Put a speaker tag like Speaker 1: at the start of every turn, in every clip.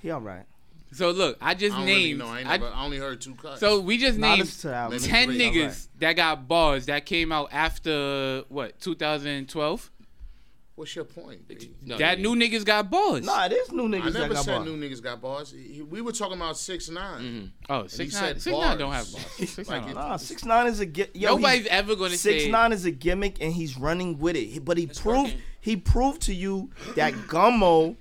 Speaker 1: He all right.
Speaker 2: So look, I just
Speaker 3: I don't really
Speaker 2: named.
Speaker 3: know. I, ain't
Speaker 2: I-
Speaker 3: never, I only heard two cuts.
Speaker 2: so we just
Speaker 1: Nah, I
Speaker 2: named
Speaker 1: listened to the album.
Speaker 2: ten
Speaker 3: Maybe
Speaker 1: three,
Speaker 2: niggas
Speaker 1: alright.
Speaker 2: that got bars that came out after what 2012.
Speaker 3: what's your point? B?
Speaker 4: No,
Speaker 2: that
Speaker 4: yeah.
Speaker 2: new niggas got bars.
Speaker 1: Nah, there's new niggas
Speaker 3: I never
Speaker 1: that got
Speaker 3: said
Speaker 1: bars.
Speaker 3: new niggas got bars. He- we were talking about six nine.
Speaker 2: oh, six nine,
Speaker 3: said
Speaker 2: six nine don't have
Speaker 3: bars.
Speaker 2: bars. Six
Speaker 3: Like
Speaker 2: nine.
Speaker 3: it-
Speaker 2: don't.
Speaker 1: Nah, six nine is a get. Yo,
Speaker 2: Nobody's
Speaker 1: he's-
Speaker 2: ever gonna
Speaker 1: six
Speaker 2: say
Speaker 1: nine is a gimmick, and he's running with it. He- But he proved
Speaker 4: working.
Speaker 1: he proved to you that Gummo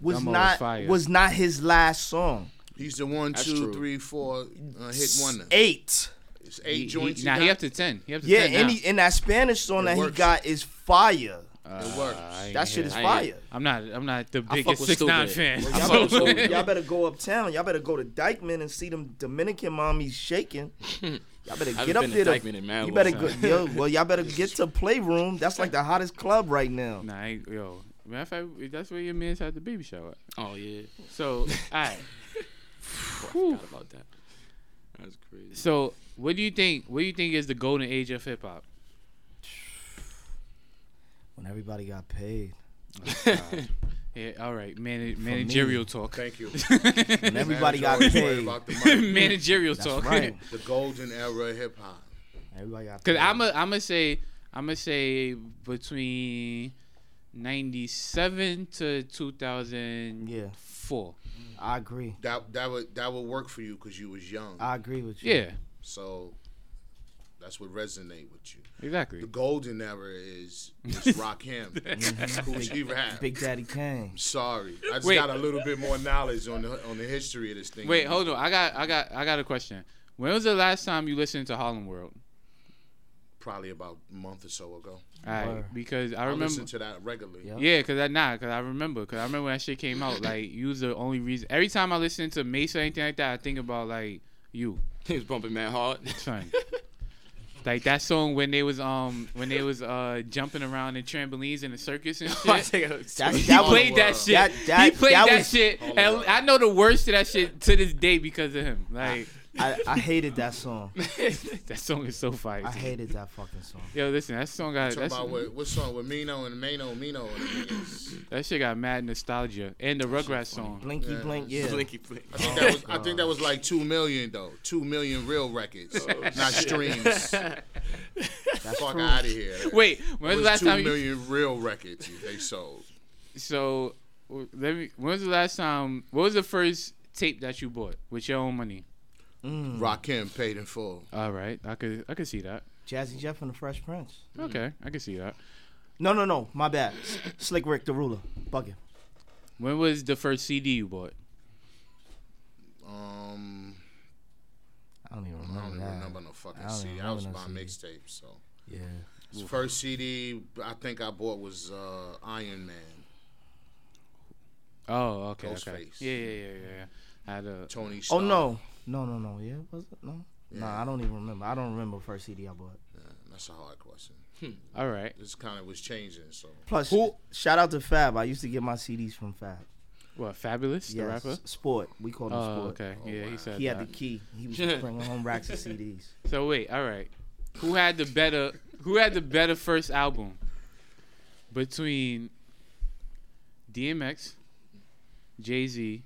Speaker 1: was
Speaker 2: Gummo was
Speaker 1: not
Speaker 2: fire.
Speaker 1: was, not his last song.
Speaker 3: He's the one,
Speaker 4: That's
Speaker 3: two,
Speaker 4: true.
Speaker 3: three, four, uh, hit wonder.
Speaker 1: Eight.
Speaker 3: It's
Speaker 2: He-
Speaker 3: eight
Speaker 2: he-
Speaker 3: joints.
Speaker 2: Nah,
Speaker 3: got.
Speaker 2: he up to ten. He up to
Speaker 1: Yeah,
Speaker 2: ten
Speaker 1: and,
Speaker 2: now.
Speaker 1: he, and that Spanish song that he
Speaker 3: works.
Speaker 1: got is fire.
Speaker 3: It works.
Speaker 1: That shit is
Speaker 4: I
Speaker 1: fire.
Speaker 2: I'm not. I'm not the
Speaker 4: fuck
Speaker 2: biggest
Speaker 4: with
Speaker 2: six nine fan.
Speaker 4: Stupid.
Speaker 2: So-
Speaker 4: I
Speaker 1: Y'all better,
Speaker 4: fuck with
Speaker 1: go,
Speaker 4: Stupid.
Speaker 1: y'all better go uptown. Y'all better go to Dykeman and see them Dominican mommies shaking. Y'all better
Speaker 4: haven't
Speaker 1: get up
Speaker 4: been to
Speaker 1: there.
Speaker 4: Dykeman in mad
Speaker 1: you better
Speaker 4: long
Speaker 1: go, yo. Well, y'all better get to Playroom. That's like the hottest club right now.
Speaker 2: Nah, I ain't- yo. Matter of fact, that's where your man's had the baby shower. at.
Speaker 4: Oh yeah,
Speaker 2: So, alright.
Speaker 4: forgot about that. That's crazy.
Speaker 2: So, what do you think? What do you think is the golden age of hip hop?
Speaker 1: When everybody got paid.
Speaker 2: Yeah, all right, Mana managerial talk.
Speaker 3: Thank you.
Speaker 1: When everybody got
Speaker 3: Always worry
Speaker 1: paid.
Speaker 3: about the money.
Speaker 2: managerial
Speaker 1: That's
Speaker 2: talk.
Speaker 1: right.
Speaker 3: the golden era of hip hop.
Speaker 1: Everybody got
Speaker 2: Cause
Speaker 1: paid.
Speaker 2: I'm a, I'm gonna say, I'm gonna say between '97 to 2004.
Speaker 1: I agree.
Speaker 3: That that would that would work for you because you was young.
Speaker 1: I agree with you.
Speaker 2: Yeah,
Speaker 3: so that's what resonate with you.
Speaker 2: exactly.
Speaker 3: The golden era is just rock him, Coochie rap.
Speaker 1: Big Daddy Kane.
Speaker 3: Sorry, I just
Speaker 2: Wait.
Speaker 3: got a little bit more knowledge on the on the history of this thing.
Speaker 2: Wait, hold on. I got, I got, I got a question. When was the last time you listened to Harlem World?
Speaker 3: Probably about a month or so ago.
Speaker 2: All right,
Speaker 1: Word.
Speaker 2: because I
Speaker 3: I,
Speaker 2: remember.
Speaker 3: listen to that regularly.
Speaker 1: Yeah.
Speaker 2: Yeah, cause I nah, cause I remember, cause I remember when that shit came out. Like you was the only reason. Every time I listen to Mace or anything like that, I think about like you,
Speaker 4: He was bumping man hard.
Speaker 2: son. like that song when they was um when they was uh jumping around in trampolines in the circus and shit.
Speaker 1: That's,
Speaker 2: He
Speaker 1: that was,
Speaker 2: played that
Speaker 3: World.
Speaker 2: shit.
Speaker 1: That- that-
Speaker 2: he played
Speaker 1: that
Speaker 2: that,
Speaker 1: was- Oh,
Speaker 2: shit.
Speaker 3: All
Speaker 2: And
Speaker 3: World.
Speaker 2: I know the worst of that shit to this day because of him. Like
Speaker 1: I, I hated that song.
Speaker 2: that song is so fire.
Speaker 1: I hated that fucking song.
Speaker 2: Yo, listen, that song got
Speaker 3: Talking
Speaker 2: that's,
Speaker 3: about what, what song with Mino and Mano Mino and the niggas.
Speaker 2: that shit got mad nostalgia and the Rugrats song.
Speaker 1: Blinky
Speaker 3: Yeah.
Speaker 1: blink, yeah.
Speaker 4: Blinky blink.
Speaker 3: I think, that was, I think that was like two million though, two million real records, not streams.
Speaker 1: That's
Speaker 3: Fuck
Speaker 1: true.
Speaker 3: out of here.
Speaker 2: Wait, when was
Speaker 3: It was
Speaker 2: the last
Speaker 3: two
Speaker 2: time you
Speaker 3: million real records they sold.
Speaker 2: So w- let me. When was the last time? What was the first tape that you bought with your own money?
Speaker 3: Rakim paid in full.
Speaker 2: All right, I could I could see that.
Speaker 1: Jazzy Jeff and the Fresh Prince.
Speaker 2: Okay, I could see that.
Speaker 1: No, no, no. My bad. Slick Rick the Ruler. Bugging.
Speaker 2: When was the first CD you bought?
Speaker 3: Um,
Speaker 1: I don't even
Speaker 3: I
Speaker 1: remember
Speaker 3: don't even
Speaker 1: that.
Speaker 3: remember no fucking
Speaker 1: I don't
Speaker 3: CD.
Speaker 1: even
Speaker 3: I was
Speaker 1: remember
Speaker 3: my
Speaker 1: no
Speaker 3: mixtape. So
Speaker 1: Yeah.
Speaker 3: first CD I think I bought was uh, Iron Man.
Speaker 2: Oh, okay, okay.
Speaker 3: Ghostface.
Speaker 2: Yeah, yeah, yeah, yeah. yeah. I had a.
Speaker 3: Tony.
Speaker 1: Oh
Speaker 3: Starr.
Speaker 1: no. No, no, no. Yeah, was it? No.
Speaker 3: Yeah.
Speaker 1: Nah, I don't even remember. I don't remember the first CD I bought.
Speaker 3: Yeah, that's a hard question.
Speaker 2: All right.
Speaker 3: This kind of was changing. So
Speaker 1: Plus, shout out to Fab. I used to get my CDs from Fab.
Speaker 2: What? Fabulous, the
Speaker 1: Yes.
Speaker 2: rapper.
Speaker 1: Sport. We called him
Speaker 2: Oh,
Speaker 1: Sport.
Speaker 2: okay. yeah, he said
Speaker 1: He had the
Speaker 2: that.
Speaker 1: key. He was bringing home racks of CDs.
Speaker 2: So wait, all right. Who had the better? Who had the better first album? Between DMX, Jay Z,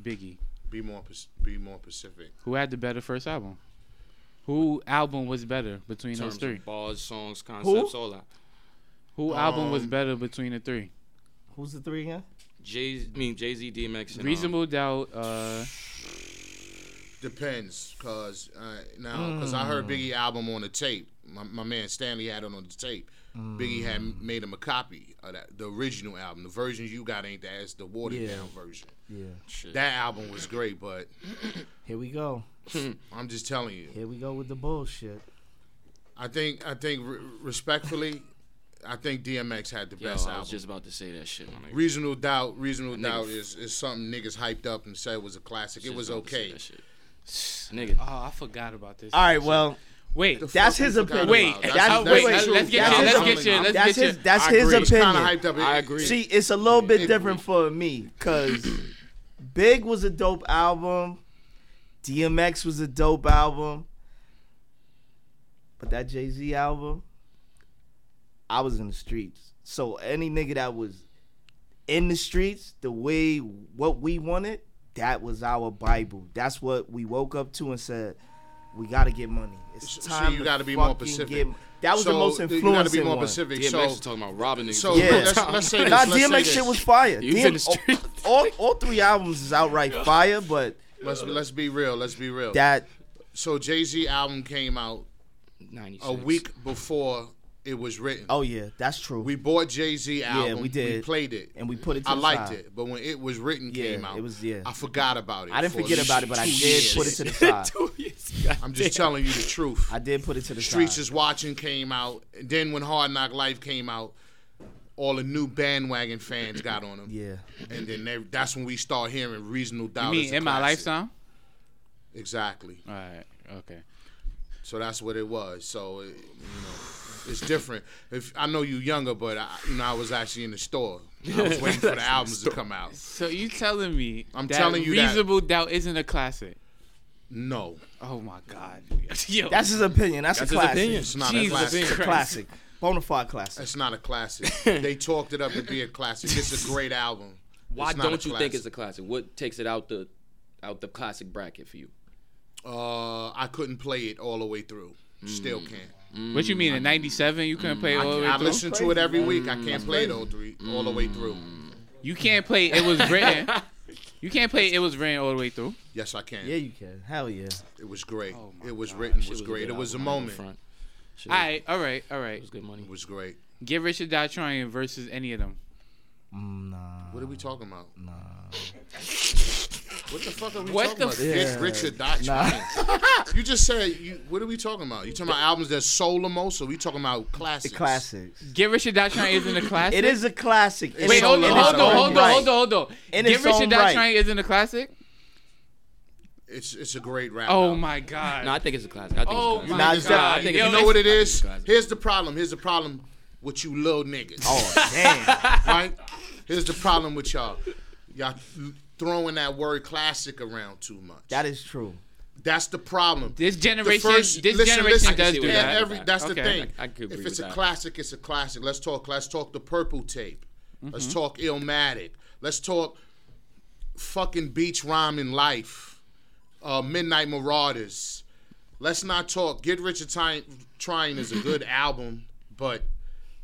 Speaker 2: Biggie.
Speaker 3: be more pers- be more specific.
Speaker 2: Who had the better first album? Who album was better between
Speaker 4: In
Speaker 2: those
Speaker 4: terms
Speaker 2: three?
Speaker 4: of bars, songs, concepts, all that.
Speaker 2: Who album was
Speaker 3: Um,
Speaker 2: better between the three?
Speaker 1: Who's the three again?
Speaker 4: Jay, I mean Jay Z, DMX, and um,
Speaker 2: Reasonable doubt. Uh,
Speaker 3: Depends, cause uh, now, cause I heard
Speaker 4: Mm.
Speaker 3: Biggie album on the tape. My, my man Stanley had it on the tape. Biggie
Speaker 4: Mm.
Speaker 3: had made him a copy of that, the original album. The version you got ain't that. It's the watered
Speaker 1: Yeah.
Speaker 3: down version.
Speaker 1: Yeah.
Speaker 4: shit.
Speaker 3: That album was great, but
Speaker 1: Here we go.
Speaker 3: I'm just telling you.
Speaker 1: Here we go with the bullshit.
Speaker 3: I think I think re- respectfully, I think DMX had the
Speaker 4: Yo,
Speaker 3: best
Speaker 4: I
Speaker 3: album.
Speaker 4: was just about to say that shit. My nigga.
Speaker 3: Reasonable doubt, reasonable
Speaker 4: Nigga.
Speaker 3: doubt is, is something niggas hyped up and said was a classic. It
Speaker 4: Just
Speaker 3: was
Speaker 4: about to say
Speaker 3: okay.
Speaker 4: that shit. Nigga,
Speaker 2: oh, I forgot about this.
Speaker 1: All right. Well,
Speaker 2: Wait.
Speaker 3: The
Speaker 1: That's
Speaker 3: fuck
Speaker 1: his
Speaker 3: we forgot
Speaker 1: opinion.
Speaker 2: Wait,
Speaker 3: about?
Speaker 2: that's,
Speaker 1: That's-
Speaker 2: oh,
Speaker 1: that's
Speaker 2: wait,
Speaker 1: the
Speaker 2: let's,
Speaker 1: truth.
Speaker 2: let's get
Speaker 1: That's
Speaker 2: you.
Speaker 1: his
Speaker 2: Let's get you.
Speaker 3: opinion.
Speaker 2: Let's
Speaker 1: that's
Speaker 2: get
Speaker 1: his.
Speaker 2: you.
Speaker 1: That's
Speaker 3: I
Speaker 1: his
Speaker 3: agree. It's kinda
Speaker 1: opinion.
Speaker 3: hyped up.
Speaker 4: I
Speaker 3: It-
Speaker 4: agree.
Speaker 1: See, it's a little bit
Speaker 3: Big
Speaker 1: different for me because Big was a dope album, DMX was a dope album, but that Jay Z album, I was in the streets. So any nigga that was in the streets the way what we wanted. That was our Bible. That's what we woke up to and said, "We got to get money. It's
Speaker 3: So- so
Speaker 1: time."
Speaker 3: you
Speaker 1: to
Speaker 3: gotta be more
Speaker 1: fucking
Speaker 3: specific.
Speaker 1: get m-" that was the
Speaker 3: So,
Speaker 1: most
Speaker 3: you gotta
Speaker 1: influencing
Speaker 3: be more
Speaker 1: one.
Speaker 3: specific.
Speaker 4: DMX
Speaker 3: So-
Speaker 4: was talking about robbing niggas.
Speaker 3: So
Speaker 1: Yeah.
Speaker 3: let's, let's say this.
Speaker 1: Nah,
Speaker 3: let's say
Speaker 1: DMX
Speaker 3: this.
Speaker 1: shit was fire.
Speaker 4: You was
Speaker 1: DM
Speaker 4: in the street.
Speaker 1: all, all three albums is outright fire, but
Speaker 3: Let's let's be real. Let's be real.
Speaker 1: that
Speaker 3: so Jay Z album came out
Speaker 4: 96.
Speaker 3: a week before it was written.
Speaker 1: oh yeah, that's true.
Speaker 3: We bought Jay Z album.
Speaker 1: we did.
Speaker 3: played it
Speaker 1: and we put it. To
Speaker 3: I
Speaker 1: the
Speaker 3: liked
Speaker 1: side.
Speaker 3: it, but when it was written,
Speaker 1: Yeah,
Speaker 3: came out.
Speaker 1: it was- yeah.
Speaker 3: I forgot about it.
Speaker 1: I didn't
Speaker 3: for
Speaker 1: forget
Speaker 3: at
Speaker 1: about it, but
Speaker 3: least
Speaker 1: I
Speaker 3: two
Speaker 1: did
Speaker 3: years.
Speaker 1: put it to the side.
Speaker 4: Two years. God
Speaker 3: I'm just telling you the truth.
Speaker 1: I did put it to the
Speaker 3: Streets
Speaker 1: side.
Speaker 3: is watching came out. And then when Hard Knock Life came out, all the new bandwagon fans got on them.
Speaker 1: Yeah,
Speaker 3: And then they, that's when we start hearing reasonable
Speaker 2: I
Speaker 3: dollars.
Speaker 2: mean, in my lifetime.
Speaker 3: Exactly.
Speaker 2: All right. Okay.
Speaker 3: So that's what it was. So it, you know, it's different. If I know you younger, but I, you know I was actually in the store. I was waiting for the albums to come out.
Speaker 2: So you telling me
Speaker 3: I'm
Speaker 2: that
Speaker 3: telling you that-
Speaker 2: reasonable doubt isn't a classic?
Speaker 3: No,
Speaker 2: Oh my God. Yo.
Speaker 1: that's his opinion. That's,
Speaker 4: That's
Speaker 1: a
Speaker 4: his
Speaker 1: classic.
Speaker 4: opinion.
Speaker 3: it's not a
Speaker 2: Jesus
Speaker 3: classic.
Speaker 2: Christ.
Speaker 1: Classic, bona fide classic.
Speaker 3: It's not a classic. they talked it up to be a classic. It's a great album.
Speaker 4: Why
Speaker 3: It's not a
Speaker 4: don't you think
Speaker 3: classic.
Speaker 4: it's a classic? What takes it out the out the classic bracket for you?
Speaker 3: Uh, I couldn't play it all the way through. Still
Speaker 4: Hmm.
Speaker 3: can't.
Speaker 2: What you
Speaker 1: Mm.
Speaker 2: mean in '97 you couldn't play it all the
Speaker 3: I
Speaker 2: way through?
Speaker 3: listen to it every week. I
Speaker 4: Mm,
Speaker 3: can't play it all three all the way through.
Speaker 2: You can't play it was written. you can't play it was written all the way through.
Speaker 3: Yes, I can.
Speaker 1: Yeah, you can. Hell yeah.
Speaker 3: It was great.
Speaker 4: Oh my
Speaker 3: it was
Speaker 4: God,
Speaker 3: written.
Speaker 4: shit
Speaker 3: was
Speaker 4: a
Speaker 3: great.
Speaker 4: good
Speaker 3: It was a
Speaker 4: album, I ain't gonna
Speaker 3: moment.
Speaker 4: front. Shit
Speaker 2: All
Speaker 4: was-
Speaker 2: right, all right, all
Speaker 4: It
Speaker 2: right.
Speaker 4: was good money.
Speaker 3: It was great.
Speaker 2: Get Rich or Die Trying versus any of them.
Speaker 1: Mm, Nah.
Speaker 3: What are we talking about? Nah. What the fuck are we
Speaker 2: What
Speaker 3: talking
Speaker 2: the
Speaker 3: about?
Speaker 2: f-
Speaker 1: Yeah.
Speaker 3: Get rich or die trying. you just said you. What are we talking about? You talking about albums that's soul the most? Or we talking about
Speaker 1: The
Speaker 3: classics?
Speaker 1: classics.
Speaker 2: Get Rich or Die Trying isn't a classic.
Speaker 1: It is a classic. in
Speaker 3: Wait,
Speaker 1: its-
Speaker 2: Wait, hold
Speaker 1: in
Speaker 2: on,
Speaker 1: its
Speaker 2: hold
Speaker 1: own
Speaker 2: on, hold on,
Speaker 1: right.
Speaker 2: hold on, hold on.
Speaker 1: In
Speaker 2: Get
Speaker 1: its
Speaker 2: Rich or
Speaker 1: own
Speaker 2: Die
Speaker 1: right.
Speaker 2: Trying isn't a classic.
Speaker 3: It's it's a great rap.
Speaker 2: Oh
Speaker 3: album.
Speaker 2: my God.
Speaker 4: No, I think it's a classic. I think
Speaker 2: Oh
Speaker 4: it's a
Speaker 2: my
Speaker 4: classic.
Speaker 1: Nah, it's
Speaker 2: God.
Speaker 1: definitely-
Speaker 4: I think
Speaker 2: Yo,
Speaker 4: it's-
Speaker 3: You know what it
Speaker 4: I think
Speaker 3: is?
Speaker 4: it's classic.
Speaker 3: Here's the problem. Here's the problem with you little niggas.
Speaker 1: Oh damn.
Speaker 3: right? Here's the problem with y'all. Y'all throwing that word classic around too much.
Speaker 1: That is true.
Speaker 3: That's the problem.
Speaker 2: This generation, this
Speaker 3: listen,
Speaker 2: generation
Speaker 3: listen,
Speaker 2: does
Speaker 4: see
Speaker 2: do
Speaker 4: what
Speaker 3: and
Speaker 2: that.
Speaker 3: every- that's the
Speaker 2: Okay.
Speaker 3: thing.
Speaker 4: I- I could agree
Speaker 3: if
Speaker 4: with
Speaker 3: it's a
Speaker 4: that.
Speaker 3: classic, it's a classic. Let's talk. Let's talk the purple tape.
Speaker 2: Mm-hmm.
Speaker 3: Let's talk Illmatic. Let's talk fucking beach rhyming life. Uh, Midnight Marauders. Let's not talk. Get Rich or Ty- Trying is a good album, but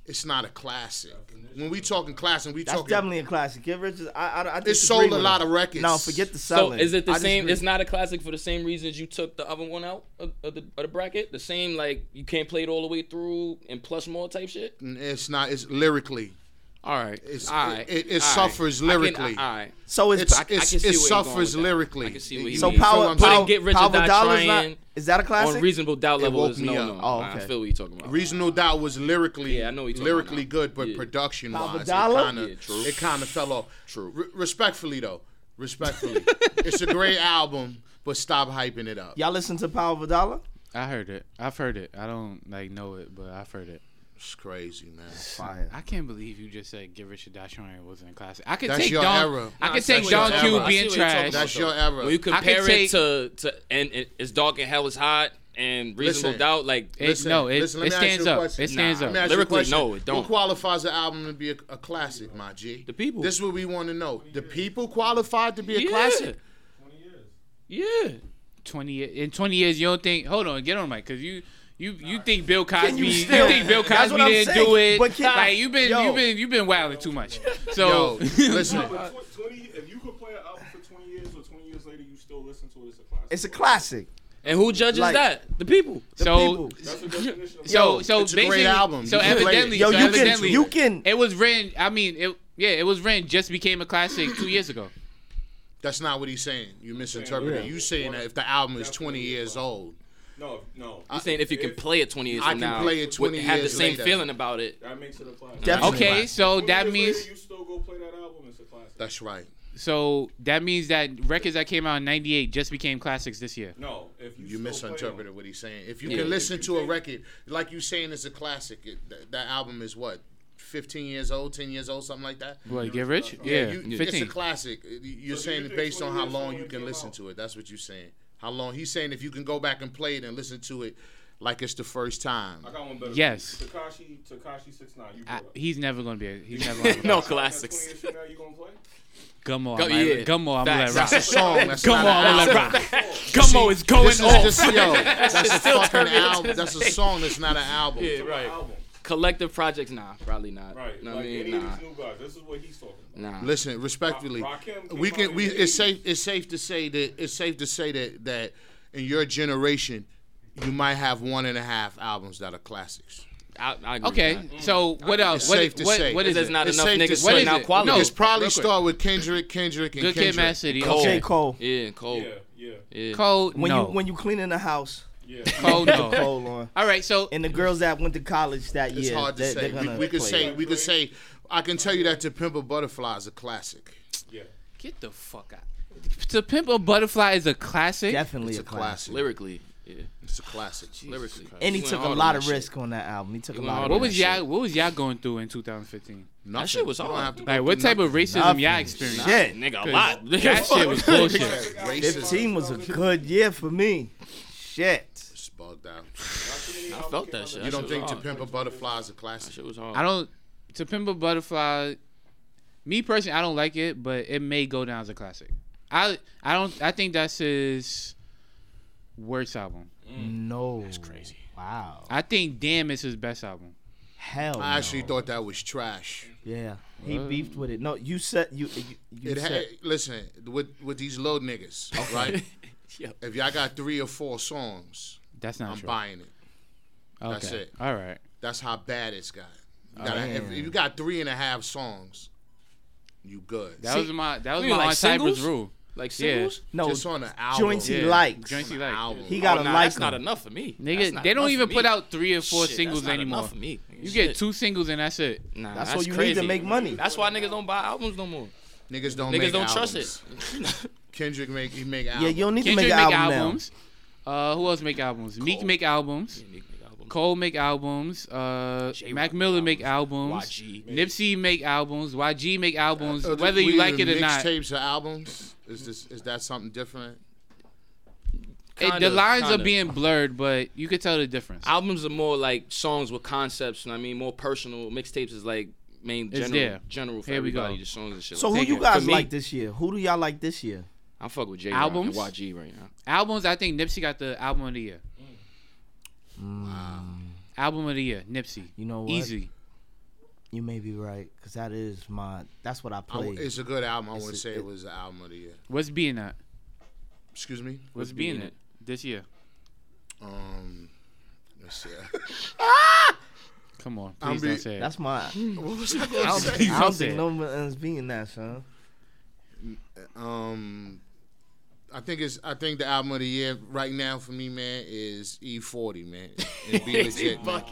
Speaker 3: it's not a classic. When we talking classic, we
Speaker 1: That's
Speaker 3: talking
Speaker 1: definitely a classic. Get Rich. is- I, I, I
Speaker 3: It
Speaker 1: disagree
Speaker 3: sold a
Speaker 1: with
Speaker 3: lot
Speaker 1: him.
Speaker 3: of records.
Speaker 1: No, forget the
Speaker 4: So
Speaker 1: selling.
Speaker 4: is it the
Speaker 1: I
Speaker 4: same?
Speaker 1: disagree.
Speaker 4: It's not a classic for the same reasons you took the other one out of, of, the, of the bracket. The same like you can't play it all the way through and plus more type shit.
Speaker 3: It's not. It's lyrically.
Speaker 2: All right,
Speaker 3: It's,
Speaker 4: All right,
Speaker 3: It, it, it
Speaker 4: all right.
Speaker 3: suffers lyrically.
Speaker 4: I can, all right.
Speaker 1: So it's,
Speaker 3: It's,
Speaker 1: I,
Speaker 3: it's,
Speaker 4: can see
Speaker 3: it
Speaker 4: where he going with
Speaker 3: suffers
Speaker 4: that.
Speaker 3: lyrically.
Speaker 4: I can see what he
Speaker 1: so
Speaker 4: means.
Speaker 3: You feel
Speaker 1: power.
Speaker 3: what I'm saying?
Speaker 1: Power,
Speaker 4: Get Rich or
Speaker 1: power
Speaker 4: Die
Speaker 1: dollars
Speaker 4: Trying
Speaker 1: not. Is that a
Speaker 4: On
Speaker 1: classic?
Speaker 4: reasonable doubt level
Speaker 3: woke
Speaker 4: is
Speaker 3: me
Speaker 4: no,
Speaker 3: up.
Speaker 4: no.
Speaker 1: Oh,
Speaker 4: I
Speaker 1: okay.
Speaker 4: feel what you're talking about.
Speaker 3: Reasonable Doubt was lyrically,
Speaker 4: Yeah, I know what you're talking about
Speaker 3: lyrically
Speaker 4: now.
Speaker 3: good, but
Speaker 4: Yeah.
Speaker 3: production
Speaker 1: Papa
Speaker 3: wise,
Speaker 1: Dollar?
Speaker 3: it kind of
Speaker 4: Yeah, true.
Speaker 3: it kind of fell off.
Speaker 4: True.
Speaker 3: Re- respectfully though, respectfully, it's a great album, but stop hyping it up.
Speaker 1: Y'all listen to Power of a Dollar?
Speaker 2: I heard it. I've heard it. I don't like know it, but I've heard it.
Speaker 3: It's crazy, man.
Speaker 1: Fire.
Speaker 2: I can't believe you just said Get Rich or Die Trying wasn't a classic. I could
Speaker 3: That's
Speaker 2: take
Speaker 3: your
Speaker 2: Don.
Speaker 3: era.
Speaker 2: I
Speaker 4: Nah,
Speaker 2: could
Speaker 4: I
Speaker 2: take
Speaker 4: see
Speaker 2: Don
Speaker 3: what you're
Speaker 2: Q
Speaker 3: talking
Speaker 2: being
Speaker 4: about. I see what you're
Speaker 2: trash.
Speaker 4: talking
Speaker 3: That's your era.
Speaker 4: When you compare
Speaker 2: take-
Speaker 4: it to to and it, it's dark and hell is hot and reasonable
Speaker 3: Listen.
Speaker 4: doubt like
Speaker 2: It,
Speaker 3: Listen,
Speaker 2: no, it,
Speaker 3: listen, let
Speaker 2: it
Speaker 3: me ask
Speaker 2: stands
Speaker 3: you a
Speaker 2: up.
Speaker 3: question.
Speaker 2: It stands
Speaker 4: Nah.
Speaker 2: up.
Speaker 3: Let me ask you a
Speaker 4: Lyrically,
Speaker 3: question.
Speaker 4: no, it don't.
Speaker 3: Who qualifies the album to be a, a classic, my G?
Speaker 4: The people.
Speaker 3: This is what we want to know. The people qualified to be a
Speaker 4: Yeah.
Speaker 3: classic.
Speaker 4: Yeah.
Speaker 2: Twenty ye- in twenty years, you don't think. Hold on, get on, Mike, because you. You, you think Bill Cosby
Speaker 1: you
Speaker 2: you,
Speaker 1: still-
Speaker 2: think Bill
Speaker 1: That's
Speaker 2: Cosby
Speaker 1: what I'm
Speaker 2: didn't
Speaker 1: saying,
Speaker 2: do it
Speaker 1: but can-
Speaker 2: like you've been
Speaker 1: Yo.
Speaker 2: you've been you've been wilding too much
Speaker 4: Oh.
Speaker 3: Yo,
Speaker 2: so
Speaker 3: listen.
Speaker 5: No, but tw- 20, if you could play an album for 20 years or 20 years later, you still listen to it, it's a classic.
Speaker 1: It's a classic.
Speaker 4: And who judges
Speaker 1: Like-
Speaker 4: that? The people.
Speaker 2: so
Speaker 1: people.
Speaker 5: That's the definition of
Speaker 2: so so
Speaker 3: it's a great
Speaker 2: basically
Speaker 3: album.
Speaker 2: so
Speaker 3: You can play it.
Speaker 2: evidently
Speaker 1: Yo,
Speaker 2: so
Speaker 1: you can
Speaker 2: evidently
Speaker 1: you can
Speaker 2: it was written I mean it yeah it was written just became a classic two years ago
Speaker 3: That's not what he's saying. You misinterpreted.
Speaker 1: Yeah.
Speaker 3: You saying that if the album is 20 years old,
Speaker 5: No, no.
Speaker 4: You're saying if you can play it 20 years
Speaker 3: I
Speaker 4: from
Speaker 3: can
Speaker 4: now,
Speaker 3: play it
Speaker 4: would
Speaker 3: 20
Speaker 4: have the
Speaker 3: years
Speaker 4: same
Speaker 3: later.
Speaker 4: feeling about it.
Speaker 5: That makes it a classic.
Speaker 1: Definitely.
Speaker 2: okay so
Speaker 5: 20
Speaker 2: that
Speaker 5: years later,
Speaker 2: means
Speaker 5: you still go play that album, it's a classic.
Speaker 3: that's right.
Speaker 2: so that means that records that came out in '98 just became classics this year
Speaker 5: no, if
Speaker 3: You
Speaker 5: you, still play
Speaker 3: misinterpreted
Speaker 5: them,
Speaker 3: what he's saying. If you
Speaker 4: Yeah.
Speaker 3: can listen
Speaker 5: If you
Speaker 3: to a
Speaker 5: think-
Speaker 3: record, like you saying it's a classic, it, th- that album is what, 15 years old, 10 years old, something like that?
Speaker 2: what get rich yeah,
Speaker 3: Yeah, you, it's a
Speaker 2: 15
Speaker 3: classic. You're
Speaker 5: So do
Speaker 3: saying
Speaker 5: you
Speaker 3: it
Speaker 5: think
Speaker 3: based on
Speaker 5: 20
Speaker 3: how
Speaker 5: years
Speaker 3: long
Speaker 5: old
Speaker 3: you
Speaker 5: it
Speaker 3: can
Speaker 5: came
Speaker 3: listen
Speaker 5: out?
Speaker 3: to it. That's what you're saying. How long? He's saying if you can go back and play it and listen to it like it's the first time.
Speaker 5: I got one better.
Speaker 2: Yes.
Speaker 5: Takashi Takashi six nine. You
Speaker 2: I,
Speaker 5: brought up.
Speaker 2: he's never gonna be. A, he's never gonna be
Speaker 6: No
Speaker 2: no.
Speaker 6: classics.
Speaker 5: That 20 -year Chanel you gonna play?
Speaker 2: Gummo.
Speaker 6: Go-
Speaker 2: I'm gonna
Speaker 6: yeah.
Speaker 2: let- Gummo. I'm gonna let
Speaker 6: Facts.
Speaker 3: That's a
Speaker 2: rock.
Speaker 3: song. That's
Speaker 2: Come on,
Speaker 3: not an
Speaker 2: I'm gonna
Speaker 3: album.
Speaker 2: let rock. Gummo is going
Speaker 3: This is
Speaker 2: off.
Speaker 3: just yo. That's a
Speaker 6: still
Speaker 3: fucking
Speaker 6: turned into
Speaker 3: album.
Speaker 6: this
Speaker 3: That's a
Speaker 6: thing.
Speaker 3: song. That's not an album.
Speaker 6: Yeah,
Speaker 5: Right.
Speaker 6: right.
Speaker 5: Album.
Speaker 4: Collective projects, nah, probably not.
Speaker 5: Right.
Speaker 4: Know what
Speaker 5: like
Speaker 4: I
Speaker 5: any
Speaker 4: mean,
Speaker 5: of
Speaker 4: nah,
Speaker 5: these new guys. This is what he's talking about.
Speaker 4: nah.
Speaker 3: Listen, respectfully,
Speaker 5: Ra- Rakim came
Speaker 3: we
Speaker 5: out
Speaker 3: can.
Speaker 5: in
Speaker 3: We
Speaker 5: the
Speaker 3: it's
Speaker 5: 80s.
Speaker 3: safe. It's safe to say that it's safe to say that that in your generation, you might have one and a half albums that are classics.
Speaker 4: I, I agree
Speaker 2: Okay.
Speaker 4: With that.
Speaker 2: So what else? Uh,
Speaker 3: It's
Speaker 2: What,
Speaker 3: safe to
Speaker 2: what,
Speaker 3: say.
Speaker 2: what
Speaker 4: Because
Speaker 2: is
Speaker 4: there's
Speaker 2: it?
Speaker 4: not
Speaker 3: It's
Speaker 4: enough
Speaker 3: safe to
Speaker 4: niggas
Speaker 3: say-
Speaker 4: putting
Speaker 2: What is
Speaker 4: out
Speaker 2: it?
Speaker 4: quality.
Speaker 2: No.
Speaker 3: It's probably
Speaker 2: real quick.
Speaker 3: start with Kendrick, Kendrick, and
Speaker 2: Good
Speaker 3: Kendrick.
Speaker 2: Kid, Mad City.
Speaker 4: Cole.
Speaker 2: Okay.
Speaker 1: J. Cole.
Speaker 4: Yeah, cold.
Speaker 5: Yeah. Yeah.
Speaker 4: Yeah.
Speaker 2: Cole.
Speaker 1: When
Speaker 2: no.
Speaker 1: you when you cleaning the house,
Speaker 5: Yeah.
Speaker 2: Cole.
Speaker 4: Oh.
Speaker 2: No.
Speaker 1: Cole on.
Speaker 2: All right. So
Speaker 1: And the girls that went to college that
Speaker 3: It's
Speaker 1: year,
Speaker 3: hard to
Speaker 1: they,
Speaker 3: say.
Speaker 1: they're
Speaker 3: We,
Speaker 1: gonna
Speaker 3: we could
Speaker 1: play
Speaker 3: say.
Speaker 1: it.
Speaker 3: We could say. I can tell you that "To Pimp a Butterfly" is a classic.
Speaker 5: Yeah.
Speaker 2: get the fuck out. To Pimp a Butterfly is a classic.
Speaker 1: definitely
Speaker 3: It's
Speaker 1: a
Speaker 3: a
Speaker 1: class.
Speaker 3: classic.
Speaker 4: Lyrically, yeah.
Speaker 3: It's a classic.
Speaker 4: Lyrically.
Speaker 1: And he
Speaker 4: went
Speaker 1: took a
Speaker 4: hard on
Speaker 1: lot
Speaker 4: that
Speaker 1: of
Speaker 4: shit.
Speaker 1: risk on that album. He took a
Speaker 4: went
Speaker 1: lot.
Speaker 4: hard
Speaker 1: of
Speaker 2: What
Speaker 4: on
Speaker 1: risk.
Speaker 2: was
Speaker 4: That
Speaker 2: y'all? What was y'all going through in 2015?
Speaker 3: Nothing.
Speaker 4: shit was
Speaker 3: You don't
Speaker 4: hard.
Speaker 3: have to go
Speaker 2: Like what
Speaker 3: through
Speaker 2: type of
Speaker 3: nothing.
Speaker 2: racism y'all
Speaker 1: Nothing.
Speaker 2: experienced?
Speaker 1: Shit.
Speaker 4: Nigga, a
Speaker 2: 'Cause
Speaker 4: lot.
Speaker 2: That shit was bullshit.
Speaker 3: Racism.
Speaker 1: Fifteen was a good year for me. Shit.
Speaker 3: It's bugged out.
Speaker 4: I felt that shit.
Speaker 3: You don't think "To
Speaker 4: Pimp
Speaker 3: Pimp a Butterfly" is a classic?
Speaker 4: shit was hard.
Speaker 2: I don't. To Pimp a Butterfly, me personally, I don't like it, but it may go down as a classic. I I don't. I think that's his worst album.
Speaker 1: No. That's crazy. Wow.
Speaker 2: I think Damn is his best album.
Speaker 1: Hell.
Speaker 3: I actually
Speaker 1: Oh, no.
Speaker 3: thought that was trash.
Speaker 1: Yeah. He beefed with it. No, you said you. You, you
Speaker 3: It had,
Speaker 1: said.
Speaker 3: listen with with these low niggas, right?
Speaker 4: Yo.
Speaker 3: If y'all got three or four songs,
Speaker 2: That's not
Speaker 3: I'm
Speaker 2: true.
Speaker 3: buying it.
Speaker 2: Okay.
Speaker 3: that's it.
Speaker 2: All right.
Speaker 3: That's how bad it's got. You gotta- if, if you got three and a half songs, you good.
Speaker 2: That was my that was
Speaker 4: You mean
Speaker 2: my
Speaker 4: like
Speaker 2: like Cypress
Speaker 4: singles?
Speaker 2: rule.
Speaker 4: Like singles?
Speaker 1: No.
Speaker 3: Just on an album.
Speaker 1: Joints he
Speaker 2: Yeah.
Speaker 1: likes.
Speaker 2: Joints he
Speaker 3: An
Speaker 2: likes.
Speaker 3: album.
Speaker 1: He got
Speaker 4: oh,
Speaker 1: to
Speaker 4: nah,
Speaker 1: like
Speaker 4: that's not
Speaker 1: him.
Speaker 4: enough for me. That's
Speaker 2: Nigga,
Speaker 4: not
Speaker 2: they
Speaker 4: enough
Speaker 2: don't
Speaker 4: for
Speaker 2: even
Speaker 4: me.
Speaker 2: put out three or four
Speaker 4: Shit,
Speaker 2: singles
Speaker 4: that's not
Speaker 2: anymore.
Speaker 4: Enough for me. Nigga,
Speaker 2: You
Speaker 4: shit.
Speaker 2: get two singles and that's it.
Speaker 4: Nah,
Speaker 1: That's
Speaker 4: that's,
Speaker 1: what you need to
Speaker 4: crazy.
Speaker 1: make money.
Speaker 4: That's why niggas don't buy albums no more.
Speaker 3: Niggas don't
Speaker 4: Niggas
Speaker 3: make
Speaker 4: don't
Speaker 3: albums.
Speaker 4: trust it.
Speaker 3: Kendrick make he make albums.
Speaker 1: Yeah, you don't need
Speaker 2: Kendrick
Speaker 1: to
Speaker 2: make,
Speaker 1: make, an album
Speaker 2: albums. Uh, who else make albums? Meek
Speaker 4: Cole.
Speaker 2: make albums. Cole make albums. Uh,
Speaker 4: J-Rock
Speaker 2: Mac
Speaker 4: make
Speaker 2: Miller make
Speaker 4: albums.
Speaker 2: albums.
Speaker 4: YG.
Speaker 2: Nipsey make albums. YG make albums.
Speaker 3: Uh,
Speaker 2: Whether
Speaker 3: we
Speaker 2: you like it
Speaker 3: even
Speaker 2: or not,
Speaker 3: mixtapes or albums is this is that something different?
Speaker 2: it, the
Speaker 4: Kinda,
Speaker 2: lines are
Speaker 4: kinda.
Speaker 2: being blurred, but you could tell the difference.
Speaker 4: Albums are more like songs with concepts. You know what I mean, more personal. Mixtapes is like main
Speaker 2: It's
Speaker 4: general,
Speaker 2: there.
Speaker 4: general for
Speaker 2: Here we go.
Speaker 4: everybody. Just songs and shit.
Speaker 1: So
Speaker 4: like
Speaker 1: who
Speaker 4: that.
Speaker 1: you
Speaker 4: For
Speaker 1: guys
Speaker 4: me,
Speaker 1: like this year? Who do y'all like this year?
Speaker 4: I fuck with J.
Speaker 2: Albums?
Speaker 4: Albums and YG right now.
Speaker 2: Albums, I think Nipsey got the album of the year. Album of the year, Nipsey.
Speaker 1: You know what?
Speaker 2: Easy.
Speaker 1: You may be right, cause that is my. That's what I
Speaker 3: I w-
Speaker 1: played.
Speaker 3: Oh, it's a good album. I
Speaker 1: It's
Speaker 3: wouldn't
Speaker 1: a-
Speaker 3: say
Speaker 1: it-
Speaker 3: it was the album of the year.
Speaker 2: What's being that?
Speaker 3: Excuse me.
Speaker 2: What's,
Speaker 4: Be
Speaker 2: being
Speaker 4: In
Speaker 2: it?
Speaker 4: It?
Speaker 2: this year?
Speaker 3: Um, let's see.
Speaker 2: Come on,
Speaker 3: I'm
Speaker 2: please don't
Speaker 3: be-
Speaker 2: say it.
Speaker 1: that's my.
Speaker 3: what was I
Speaker 2: I
Speaker 3: gonna
Speaker 2: don't
Speaker 3: say?
Speaker 2: think-
Speaker 1: I
Speaker 2: don't
Speaker 1: don't
Speaker 2: say
Speaker 1: think
Speaker 2: it.
Speaker 1: no one's being that, son.
Speaker 3: Um, I think it's I think the album of the year right now for me, man, is E40, man. And be legit, man.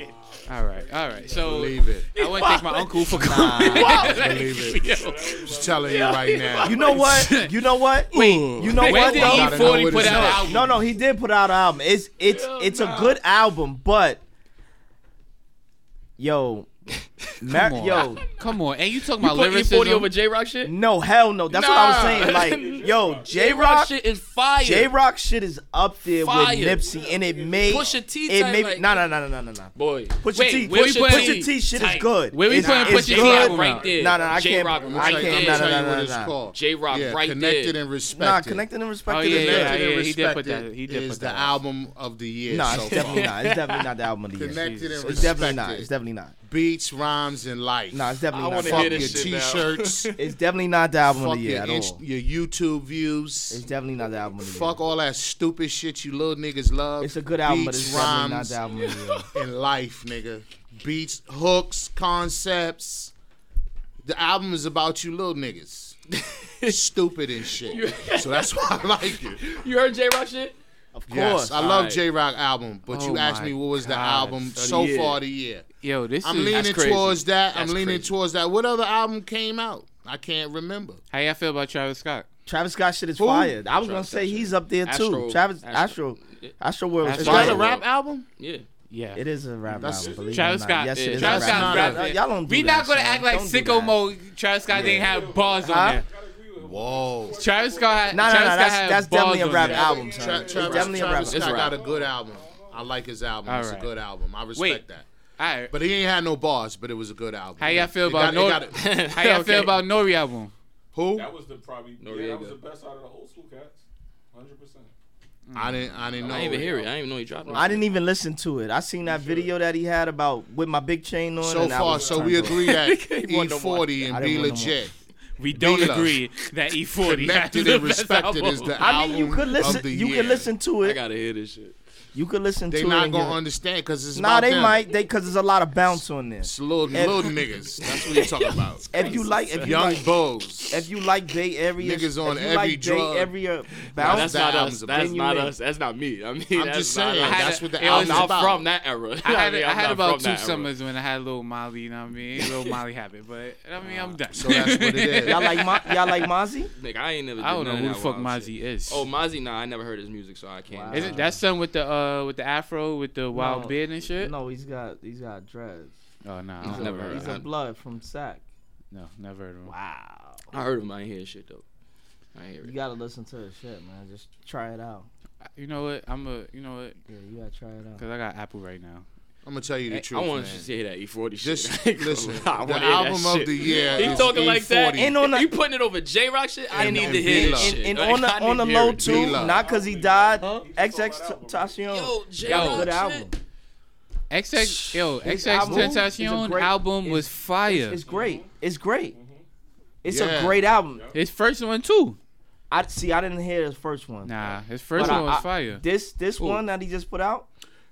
Speaker 2: All right, all right. So
Speaker 3: Believe it.
Speaker 2: I want to thank my uncle for coming.
Speaker 3: Believe it. Just telling you right now.
Speaker 1: You know what? You know what? Wait, you know
Speaker 2: When
Speaker 1: what?
Speaker 2: did
Speaker 1: though?
Speaker 3: Gotta know
Speaker 2: E40
Speaker 3: what
Speaker 2: put
Speaker 3: it's
Speaker 2: out an
Speaker 3: like.
Speaker 2: album?
Speaker 1: No, no, he did put out an album. It's it's it's a good album, but yo, Mar-
Speaker 2: on.
Speaker 1: yo,
Speaker 2: Come on, and you talking
Speaker 4: You
Speaker 2: about
Speaker 4: put E40
Speaker 2: lyricism?
Speaker 4: over J. Rock shit?
Speaker 1: no, hell no. That's what
Speaker 4: Nah.
Speaker 1: I was saying. Like, yo, J Rock,
Speaker 4: shit is fire.
Speaker 1: J Rock shit is up there
Speaker 4: Fire.
Speaker 1: with Nipsey, and it made
Speaker 4: Pusha T
Speaker 1: It
Speaker 4: type,
Speaker 1: made
Speaker 4: like-
Speaker 1: no, no, no, no, no, no.
Speaker 4: boy.
Speaker 1: Pusha
Speaker 4: Wait,
Speaker 1: T,
Speaker 4: where
Speaker 1: Pusha,
Speaker 4: we
Speaker 1: Pusha,
Speaker 4: putting-
Speaker 1: Pusha T shit is
Speaker 4: tight.
Speaker 1: good.
Speaker 2: Where we
Speaker 1: It's-
Speaker 2: putting
Speaker 1: it's
Speaker 2: Pusha T
Speaker 1: good.
Speaker 2: album
Speaker 4: right
Speaker 2: out?
Speaker 4: there?
Speaker 1: No, no, I can't.
Speaker 4: J-Rock
Speaker 1: I
Speaker 4: right
Speaker 3: Like,
Speaker 1: can't.
Speaker 4: there.
Speaker 1: No,
Speaker 3: I'ma
Speaker 1: no,
Speaker 3: tell
Speaker 1: no,
Speaker 3: you what
Speaker 1: no,
Speaker 3: it's
Speaker 1: no, no.
Speaker 3: called.
Speaker 4: J-Rock
Speaker 3: yeah,
Speaker 4: right
Speaker 3: connected
Speaker 4: there.
Speaker 3: and respected.
Speaker 1: Nah, connected and respected.
Speaker 2: Oh, yeah,
Speaker 1: is
Speaker 2: yeah,
Speaker 1: good.
Speaker 2: yeah.
Speaker 3: Connected and
Speaker 2: he did put
Speaker 3: Respected
Speaker 2: that- he did
Speaker 3: is
Speaker 2: put
Speaker 3: the
Speaker 2: that out.
Speaker 3: album of the year.
Speaker 1: Nah,
Speaker 3: so
Speaker 1: it's definitely
Speaker 3: far.
Speaker 1: not. It's definitely not the album of the year.
Speaker 3: Connected and
Speaker 1: It's definitely not.
Speaker 3: respected.
Speaker 1: It's definitely not.
Speaker 3: Beats, rhymes, and life.
Speaker 1: No, it's definitely
Speaker 6: I
Speaker 1: not.
Speaker 6: wanna
Speaker 1: Fuck
Speaker 6: hear
Speaker 3: Fuck your
Speaker 6: this shit now.
Speaker 3: t-shirts.
Speaker 1: It's definitely not the album
Speaker 3: fuck
Speaker 1: of the year
Speaker 3: your,
Speaker 1: at
Speaker 3: inst-
Speaker 1: all.
Speaker 3: your YouTube views.
Speaker 1: It's definitely not the album of the year.
Speaker 3: Fuck all that stupid shit you little niggas love.
Speaker 1: It's a good album, but
Speaker 3: Beats,
Speaker 1: it's definitely not
Speaker 3: rhymes,
Speaker 1: the album of the year.
Speaker 3: in life, nigga. Beats, hooks, concepts. The album is about you little niggas. Stupid and shit. So that's why I like it.
Speaker 4: You heard J. Rock shit?
Speaker 1: Of course.
Speaker 3: Yes, I love
Speaker 4: Alright.
Speaker 3: J Rock album, but
Speaker 2: Oh
Speaker 3: you asked me
Speaker 2: my
Speaker 3: what was the
Speaker 2: God,
Speaker 3: album
Speaker 2: for the
Speaker 3: so
Speaker 4: year.
Speaker 3: far the year.
Speaker 2: Yo, this
Speaker 1: Hmm.
Speaker 3: I'm
Speaker 2: is
Speaker 3: leaning
Speaker 4: crazy.
Speaker 3: towards that. I'm
Speaker 4: That's
Speaker 3: leaning
Speaker 4: crazy.
Speaker 3: towards that. What other album came out? I can't remember.
Speaker 2: how y'all feel about Travis Scott.
Speaker 1: Travis Scott shit is fire. I was gonna
Speaker 4: Travis
Speaker 1: say
Speaker 4: Scott
Speaker 1: he's up there too.
Speaker 4: Astro-
Speaker 1: Travis Astro
Speaker 4: Astro-
Speaker 1: Astro World is
Speaker 2: Astro
Speaker 3: Is that a
Speaker 1: fire.
Speaker 2: World.
Speaker 3: rap album?
Speaker 4: Yeah.
Speaker 2: Yeah,
Speaker 1: It is a rap
Speaker 3: That's-
Speaker 1: album. Believe
Speaker 2: Travis
Speaker 1: it or not.
Speaker 2: Scott.
Speaker 1: Yes,
Speaker 4: yeah,
Speaker 1: it is.
Speaker 2: Travis
Speaker 1: a
Speaker 2: Scott's
Speaker 1: rap
Speaker 3: Nah,
Speaker 2: rap.
Speaker 1: album.
Speaker 2: there.
Speaker 1: Y'all don't do
Speaker 2: We
Speaker 1: that,
Speaker 2: not gonna
Speaker 1: son.
Speaker 2: act like
Speaker 1: Don't do
Speaker 2: sicko
Speaker 1: that.
Speaker 2: mode. Travis Scott didn't have bars
Speaker 1: Huh?
Speaker 2: on there.
Speaker 5: Gotta agree with him.
Speaker 3: Whoa.
Speaker 2: Travis Scott.
Speaker 1: No, no, no.
Speaker 2: Travis Scott
Speaker 1: That's
Speaker 2: had
Speaker 1: that's
Speaker 2: bars
Speaker 1: definitely a
Speaker 2: on
Speaker 1: rap
Speaker 2: there.
Speaker 1: album, son.
Speaker 3: Tra-
Speaker 1: It's
Speaker 3: Travis,
Speaker 1: definitely a rap album.
Speaker 3: Travis Scott
Speaker 4: It's a
Speaker 3: got
Speaker 4: rap.
Speaker 3: a good album. I like his album.
Speaker 2: All
Speaker 3: it's
Speaker 2: right.
Speaker 3: a good album. I respect
Speaker 2: Wait.
Speaker 3: that.
Speaker 2: All right.
Speaker 3: But he ain't had no bars, but it was a good album.
Speaker 2: How y'all feel
Speaker 3: It
Speaker 2: about
Speaker 3: got- it
Speaker 2: Nori?
Speaker 3: got a-
Speaker 2: How y'all feel about Nori album?
Speaker 3: Who?
Speaker 5: That was the probably yeah,
Speaker 4: Noriega.
Speaker 5: that was the best out of the old school cats. Hundred percent.
Speaker 3: I didn't. I didn't know.
Speaker 4: I didn't even hear it. I didn't even know he dropped it.
Speaker 1: I didn't even listen to it. I seen that video that he had about with my big chain on.
Speaker 3: So
Speaker 1: and I
Speaker 3: far,
Speaker 1: was
Speaker 3: so
Speaker 1: turned
Speaker 3: we
Speaker 1: off.
Speaker 3: agree that
Speaker 4: He won no
Speaker 3: E40
Speaker 4: one.
Speaker 1: I didn't
Speaker 3: and Be
Speaker 1: win no one.
Speaker 3: Legit,
Speaker 2: We don't
Speaker 3: Beatles.
Speaker 2: agree that E40 has
Speaker 3: connected
Speaker 2: the
Speaker 3: and
Speaker 2: best
Speaker 3: respected
Speaker 2: album.
Speaker 3: is the
Speaker 1: I
Speaker 3: album
Speaker 1: mean, you could
Speaker 3: of
Speaker 1: listen.
Speaker 3: the
Speaker 1: You
Speaker 3: year.
Speaker 1: could listen to
Speaker 4: I
Speaker 1: it.
Speaker 4: gotta hear this shit.
Speaker 1: You could listen
Speaker 3: They
Speaker 1: to it.
Speaker 3: not
Speaker 1: and
Speaker 3: gonna
Speaker 1: you're-
Speaker 3: understand because it's
Speaker 1: Nah,
Speaker 3: about
Speaker 1: they
Speaker 3: them.
Speaker 1: might. They because there's a lot of bounce on there.
Speaker 3: It's little,
Speaker 1: If-
Speaker 3: little niggas. That's what you're talking about.
Speaker 1: If you like, if you
Speaker 3: Young
Speaker 1: like,
Speaker 3: bulls.
Speaker 1: if you like Bay Area,
Speaker 3: Niggas on
Speaker 1: if you
Speaker 3: every
Speaker 1: like
Speaker 3: drug.
Speaker 1: Bay Area
Speaker 3: Nah,
Speaker 1: bounce.
Speaker 4: that's
Speaker 3: that
Speaker 4: not
Speaker 3: album's
Speaker 4: us.
Speaker 3: a
Speaker 4: That's
Speaker 1: bring you
Speaker 4: not
Speaker 1: in.
Speaker 4: us. That's not me. I mean,
Speaker 3: I'm
Speaker 4: that's
Speaker 3: just
Speaker 4: not
Speaker 3: saying.
Speaker 2: I
Speaker 4: us.
Speaker 2: had
Speaker 3: That's
Speaker 2: a-
Speaker 3: what the
Speaker 2: it was-
Speaker 3: album's
Speaker 4: I'm not
Speaker 3: about.
Speaker 4: from that era.
Speaker 2: I had,
Speaker 4: mean,
Speaker 2: I
Speaker 4: I'm
Speaker 2: had
Speaker 4: not
Speaker 2: about
Speaker 4: from
Speaker 2: two
Speaker 4: that era.
Speaker 2: summers when I had little Molly, you know what I mean? Little Molly habit, but I mean, I'm done.
Speaker 3: so that's what it is.
Speaker 1: Y'all like, Mo- y'all like Mozzie?
Speaker 4: Nigga, I ain't never.
Speaker 2: I don't
Speaker 4: did
Speaker 2: know
Speaker 4: none
Speaker 2: who the
Speaker 4: of that
Speaker 2: fuck
Speaker 4: wild shit.
Speaker 2: Mozzie is.
Speaker 4: Oh, Mozzie, nah, I never heard his music, so I can't.
Speaker 1: Wow.
Speaker 2: Isn't that son with the uh with the afro with the wild
Speaker 1: No.
Speaker 2: beard and shit?
Speaker 1: No, he's got he's got dreads.
Speaker 2: Oh no,
Speaker 4: He's
Speaker 2: I
Speaker 1: He's, a,
Speaker 4: never heard
Speaker 1: he's
Speaker 4: of
Speaker 1: a
Speaker 4: him.
Speaker 1: blood from Sac.
Speaker 2: no, never heard of him.
Speaker 1: Wow.
Speaker 4: I heard him. I ain't hear his shit though. I ain't hear
Speaker 1: You
Speaker 4: it.
Speaker 1: gotta listen to his shit, man. Just try it out.
Speaker 2: You know what? I'm a you know what?
Speaker 1: Yeah, you gotta try it out.
Speaker 2: Cause I got Apple right now.
Speaker 3: I'm gonna tell you the
Speaker 4: Hey,
Speaker 3: truth,
Speaker 4: I want
Speaker 3: man.
Speaker 4: to hear that E40
Speaker 3: Just
Speaker 4: shit.
Speaker 3: listen.
Speaker 4: I wanna
Speaker 3: the
Speaker 4: hear that
Speaker 3: album of
Speaker 4: shit.
Speaker 3: the year.
Speaker 4: He
Speaker 3: is
Speaker 4: talking like that.
Speaker 3: E40.
Speaker 1: And on the
Speaker 4: you putting it over J Rock shit? I
Speaker 3: And-
Speaker 4: need
Speaker 3: and
Speaker 4: to hear
Speaker 3: Vila.
Speaker 4: this
Speaker 1: and,
Speaker 4: shit.
Speaker 1: and
Speaker 4: Like,
Speaker 1: on the
Speaker 4: I need
Speaker 1: on the
Speaker 4: to hear
Speaker 1: low
Speaker 4: it.
Speaker 1: too,
Speaker 3: Vila.
Speaker 1: not cause he died.
Speaker 4: Huh?
Speaker 1: XX
Speaker 4: Yo,
Speaker 1: Tacion.
Speaker 4: J
Speaker 1: Got a
Speaker 4: Rock
Speaker 1: good
Speaker 4: shit.
Speaker 1: album.
Speaker 2: XX yo
Speaker 1: His
Speaker 2: XX
Speaker 1: album is a
Speaker 2: Tentacion
Speaker 1: great-
Speaker 2: album
Speaker 1: is-
Speaker 2: was fire.
Speaker 1: It's great. It's great.
Speaker 4: Mm-hmm.
Speaker 1: It's
Speaker 3: Yeah.
Speaker 1: a great album.
Speaker 2: His first one too.
Speaker 1: I see. I didn't hear his first one.
Speaker 2: Nah, his first
Speaker 1: But I-
Speaker 2: one was
Speaker 1: I-
Speaker 2: fire.
Speaker 1: This this
Speaker 4: Cool.
Speaker 1: one that he just put out.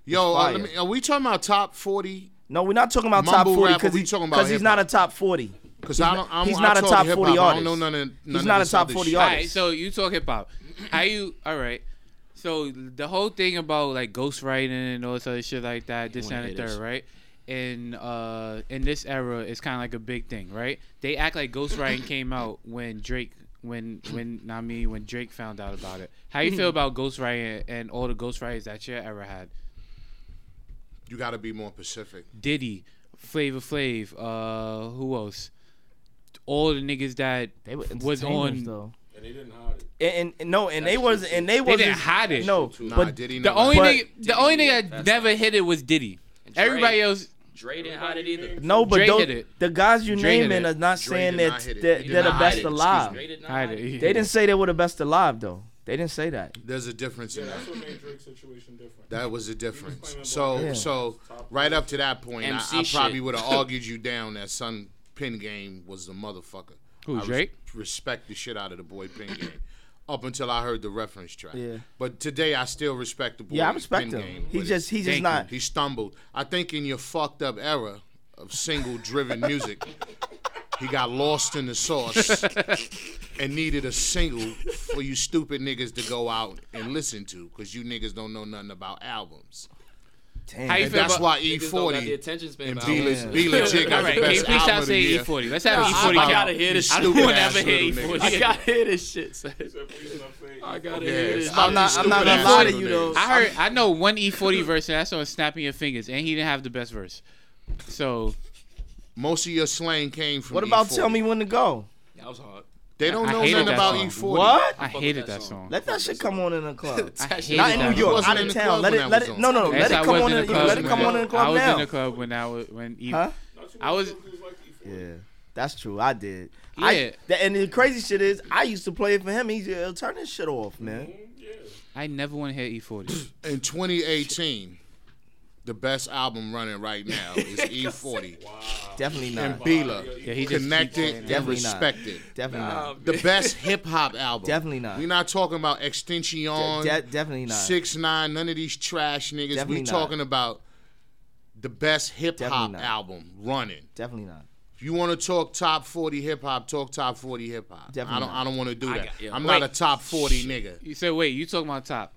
Speaker 3: Yo, uh,
Speaker 1: fire.
Speaker 3: let me, are we talking about top 40?
Speaker 1: No, we're not talking about
Speaker 3: Mumble
Speaker 1: top forty
Speaker 3: rap,
Speaker 1: because
Speaker 3: we
Speaker 1: he's
Speaker 3: talking about
Speaker 1: because he's
Speaker 3: hip-hop.
Speaker 1: not a top forty.
Speaker 3: Because I don't. I'm,
Speaker 1: he's
Speaker 3: I
Speaker 1: not a
Speaker 3: talk
Speaker 1: top
Speaker 3: hip-hop,
Speaker 1: 40
Speaker 3: I don't know
Speaker 1: artist.
Speaker 3: none of. None
Speaker 1: He's
Speaker 3: of
Speaker 1: not a
Speaker 3: this
Speaker 1: top
Speaker 3: other
Speaker 1: 40
Speaker 3: shit.
Speaker 1: artist.
Speaker 2: All right, so you talk hip hop. How you? All right. So the whole thing about like ghostwriting and all this other shit like that, this
Speaker 4: wanna
Speaker 2: and the
Speaker 4: hear
Speaker 2: third,
Speaker 4: this.
Speaker 2: right? In uh in this era, it's kind of like a big thing, right? They act like ghostwriting came out when Drake, when when not me, when Drake found out about it. How you feel about ghostwriting and all the ghostwriters that you ever had?
Speaker 3: You got to be more specific.
Speaker 2: Diddy, Flavor Flav, uh, who else? All the niggas that
Speaker 1: They were entertainers,
Speaker 2: was on.
Speaker 1: though.
Speaker 5: And they didn't hide it.
Speaker 1: And, and no, and they wasn't. And they
Speaker 2: They
Speaker 1: wasn't.
Speaker 2: didn't hide it.
Speaker 1: No,
Speaker 3: Nah,
Speaker 1: but
Speaker 3: did he
Speaker 2: The
Speaker 3: know?
Speaker 2: only
Speaker 1: But-
Speaker 2: nigga, the only
Speaker 4: Diddy,
Speaker 2: nigga that
Speaker 4: that's
Speaker 2: never
Speaker 4: not-
Speaker 2: hit it was Diddy.
Speaker 4: And Drake-
Speaker 2: Everybody else,
Speaker 4: Dre didn't hide it either.
Speaker 1: no, but
Speaker 2: Dre
Speaker 1: those,
Speaker 2: hit it.
Speaker 1: the guys you
Speaker 2: Dre hit
Speaker 1: naming
Speaker 2: it.
Speaker 1: are not
Speaker 3: Dre
Speaker 1: saying
Speaker 3: did
Speaker 1: that
Speaker 3: not hit it.
Speaker 1: they're,
Speaker 3: He did
Speaker 1: they're the
Speaker 3: not
Speaker 1: best
Speaker 3: hit it, excuse
Speaker 1: alive.
Speaker 4: Dre did not
Speaker 2: hide
Speaker 4: hide
Speaker 2: it.
Speaker 4: it.
Speaker 2: He
Speaker 1: They
Speaker 2: hit
Speaker 1: didn't say they were the best alive though. They didn't say that.
Speaker 3: There's a difference in
Speaker 5: Yeah,
Speaker 3: that.
Speaker 5: that's what made Drake's situation different.
Speaker 3: That was the difference. So
Speaker 1: Yeah.
Speaker 3: so right up to that point, I,
Speaker 4: MC
Speaker 3: I probably
Speaker 4: shit.
Speaker 3: would have argued you down that Sun Pin Game was the motherfucker.
Speaker 2: Who,
Speaker 3: I res-
Speaker 2: Drake?
Speaker 3: respect the shit out of the boy Pin Game. Up until I heard the reference track.
Speaker 1: Yeah.
Speaker 3: But today I still respect the boy.
Speaker 1: Yeah, I respect
Speaker 3: Pin
Speaker 1: him.
Speaker 3: Game
Speaker 1: He
Speaker 3: with
Speaker 1: just he's just
Speaker 2: Thank
Speaker 1: not.
Speaker 3: it. he stumbled. I think in your fucked up era of single driven music, he got lost in the sauce and needed a single for you stupid niggas to go out and listen to because you niggas don't know nothing about albums.
Speaker 1: Damn.
Speaker 2: How you
Speaker 3: And
Speaker 2: feel
Speaker 3: that's
Speaker 2: about-
Speaker 3: why
Speaker 4: Niggas don't got the
Speaker 3: E40
Speaker 4: attention span
Speaker 3: and
Speaker 4: about
Speaker 3: Be,
Speaker 4: it.
Speaker 3: Le-
Speaker 1: Yeah.
Speaker 3: Be Legit got
Speaker 2: All right,
Speaker 3: the
Speaker 2: can you
Speaker 3: best
Speaker 2: please
Speaker 3: album
Speaker 2: stop
Speaker 3: of the
Speaker 2: saying E
Speaker 3: year.
Speaker 2: E40? Let's have
Speaker 4: I-
Speaker 2: E40
Speaker 4: I,
Speaker 2: count.
Speaker 4: gotta hear
Speaker 3: E
Speaker 4: this.
Speaker 2: I
Speaker 4: shit.
Speaker 2: don't want to
Speaker 3: Stupid-ass
Speaker 2: ever hear
Speaker 3: little
Speaker 2: E40.
Speaker 3: nigga.
Speaker 4: I gotta hear this shit. son. I
Speaker 5: I got
Speaker 4: gotta
Speaker 3: Yeah,
Speaker 4: hear
Speaker 3: it's
Speaker 4: this.
Speaker 3: out
Speaker 1: I'm not.
Speaker 3: these
Speaker 1: I'm not
Speaker 3: stupid
Speaker 1: gonna
Speaker 3: ass
Speaker 1: lie to
Speaker 3: little
Speaker 1: you though.
Speaker 3: niggas.
Speaker 2: I heard. I know one E40 verse, and that's on snapping your fingers, and he didn't have the best verse. So
Speaker 3: Most of your slang came from.
Speaker 1: What about
Speaker 3: E40.
Speaker 1: tell me when to go?
Speaker 4: That was hard.
Speaker 3: They don't
Speaker 2: I
Speaker 3: know
Speaker 2: hated
Speaker 3: nothing
Speaker 2: that
Speaker 3: about E
Speaker 2: song.
Speaker 3: E40.
Speaker 1: What?
Speaker 2: I
Speaker 4: fuck with
Speaker 2: hated
Speaker 4: that
Speaker 2: that
Speaker 4: song.
Speaker 2: song.
Speaker 1: Let that shit come on in the club.
Speaker 2: I hated
Speaker 1: Not in
Speaker 2: that
Speaker 1: New York,
Speaker 2: song.
Speaker 3: wasn't
Speaker 1: out
Speaker 3: in
Speaker 1: of
Speaker 3: the
Speaker 1: town.
Speaker 3: club
Speaker 1: Let
Speaker 3: when
Speaker 1: it,
Speaker 3: that
Speaker 1: let
Speaker 3: was
Speaker 1: it.
Speaker 3: on.
Speaker 1: No, no, no.
Speaker 2: Yes,
Speaker 1: Let it
Speaker 2: I
Speaker 1: come
Speaker 2: was
Speaker 1: on.
Speaker 2: in
Speaker 1: In,
Speaker 2: the club
Speaker 1: let it
Speaker 2: when
Speaker 1: come
Speaker 2: that-
Speaker 1: on in the
Speaker 2: I
Speaker 1: club
Speaker 2: was
Speaker 1: now.
Speaker 2: in the club when I was when E.
Speaker 1: Huh?
Speaker 2: I was.
Speaker 5: E
Speaker 1: Yeah, that's true. I did.
Speaker 2: Yeah.
Speaker 1: I, th- and the crazy shit is, I used to play it for him. He's uh, turn this shit off, man.
Speaker 5: Mm-hmm.
Speaker 2: I never want to hear E E40.
Speaker 3: In 2018, the best album running right now is E40.
Speaker 1: Definitely
Speaker 3: and
Speaker 1: not.
Speaker 3: Bila
Speaker 2: he just
Speaker 3: connected
Speaker 1: that.
Speaker 3: and
Speaker 1: Definitely not.
Speaker 3: respected.
Speaker 1: Definitely not.
Speaker 3: The best hip hop album.
Speaker 1: Definitely not.
Speaker 3: We're not talking about Extension,
Speaker 1: De- definitely not.
Speaker 3: Six Nine, none of these trash niggas.
Speaker 1: Definitely
Speaker 3: we
Speaker 1: not.
Speaker 3: talking about the best hip hop
Speaker 1: Definitely not.
Speaker 3: album running.
Speaker 1: Definitely not.
Speaker 3: If you want to talk top forty hip hop, talk top forty hip hop. I
Speaker 1: Definitely
Speaker 3: don't.
Speaker 1: not.
Speaker 3: I don't want to do that.
Speaker 4: got- yeah.
Speaker 3: I'm
Speaker 2: Wait.
Speaker 3: not a top forty nigga.
Speaker 2: You said, wait, you talking about top?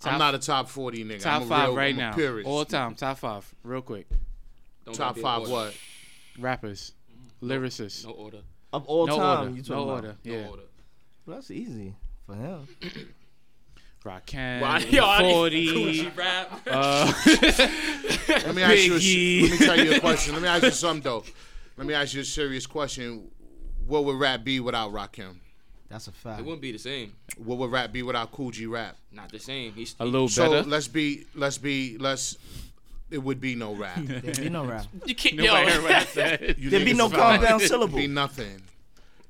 Speaker 2: Top-
Speaker 3: I'm not a top forty nigga.
Speaker 2: Top
Speaker 3: I'm a
Speaker 2: five
Speaker 3: real,
Speaker 2: right
Speaker 3: I'm a
Speaker 2: now,
Speaker 3: Purist.
Speaker 2: all time top five, real quick.
Speaker 4: Don't
Speaker 3: top
Speaker 4: gotta be
Speaker 3: five.
Speaker 4: order.
Speaker 3: What?
Speaker 2: Rappers, lyricists,
Speaker 4: No order.
Speaker 1: Of all
Speaker 2: no
Speaker 1: time,
Speaker 2: order,
Speaker 1: you
Speaker 2: no
Speaker 1: talking about?
Speaker 2: order.
Speaker 4: No
Speaker 2: Yeah,
Speaker 4: order.
Speaker 1: Well, that's easy for him.
Speaker 2: Rakim,
Speaker 4: Why- yo, I need
Speaker 2: forty.
Speaker 4: Gucci rap.
Speaker 2: Uh,
Speaker 3: Let me ask you. A,
Speaker 2: Biggie.
Speaker 3: se- let me tell you a question. Let me ask you something though. Let me ask you a serious question. What would rap be without Rakim?
Speaker 1: That's a fact.
Speaker 4: It wouldn't be the same.
Speaker 3: What would rap be without Cool G Rap?
Speaker 4: Not the same. He's
Speaker 2: A little
Speaker 3: So
Speaker 2: better.
Speaker 3: let's be let's be let's. It would be no rap.
Speaker 1: There'd be no rap.
Speaker 4: You can't.
Speaker 2: Nobody heard what I said.
Speaker 3: You
Speaker 1: There'd be
Speaker 3: niggas
Speaker 1: no
Speaker 3: is
Speaker 1: compound
Speaker 3: fine.
Speaker 1: syllable.
Speaker 3: It'd be nothing.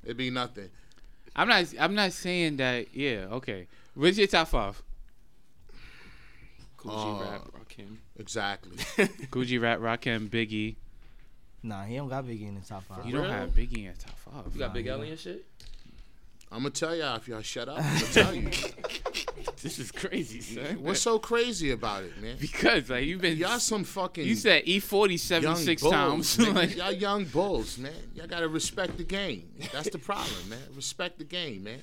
Speaker 3: It'd be nothing.
Speaker 2: I'm not. I'm not saying that. Yeah. Okay. Where's your top five?
Speaker 4: Cool G
Speaker 3: Uh,
Speaker 4: rap, rock him.
Speaker 3: Exactly.
Speaker 2: Gucci, Rat, Rakim, Biggie.
Speaker 1: Nah, he don't got Biggie in the top five.
Speaker 2: You don't
Speaker 4: Really?
Speaker 2: have Biggie in your top five.
Speaker 4: You got Big L and shit.
Speaker 3: I'm gonna tell y'all if y'all shut up. I'm gonna tell you.
Speaker 2: This is crazy, son.
Speaker 3: What's so crazy about it, man?
Speaker 2: Because like you've been.
Speaker 3: Y'all some fucking.
Speaker 2: you said E forty seven
Speaker 3: young
Speaker 2: six
Speaker 3: bulls,
Speaker 2: times.
Speaker 3: nigga.
Speaker 2: like,
Speaker 3: y'all young bulls, man. Y'all gotta respect the game. That's the problem, man. Respect the game, man.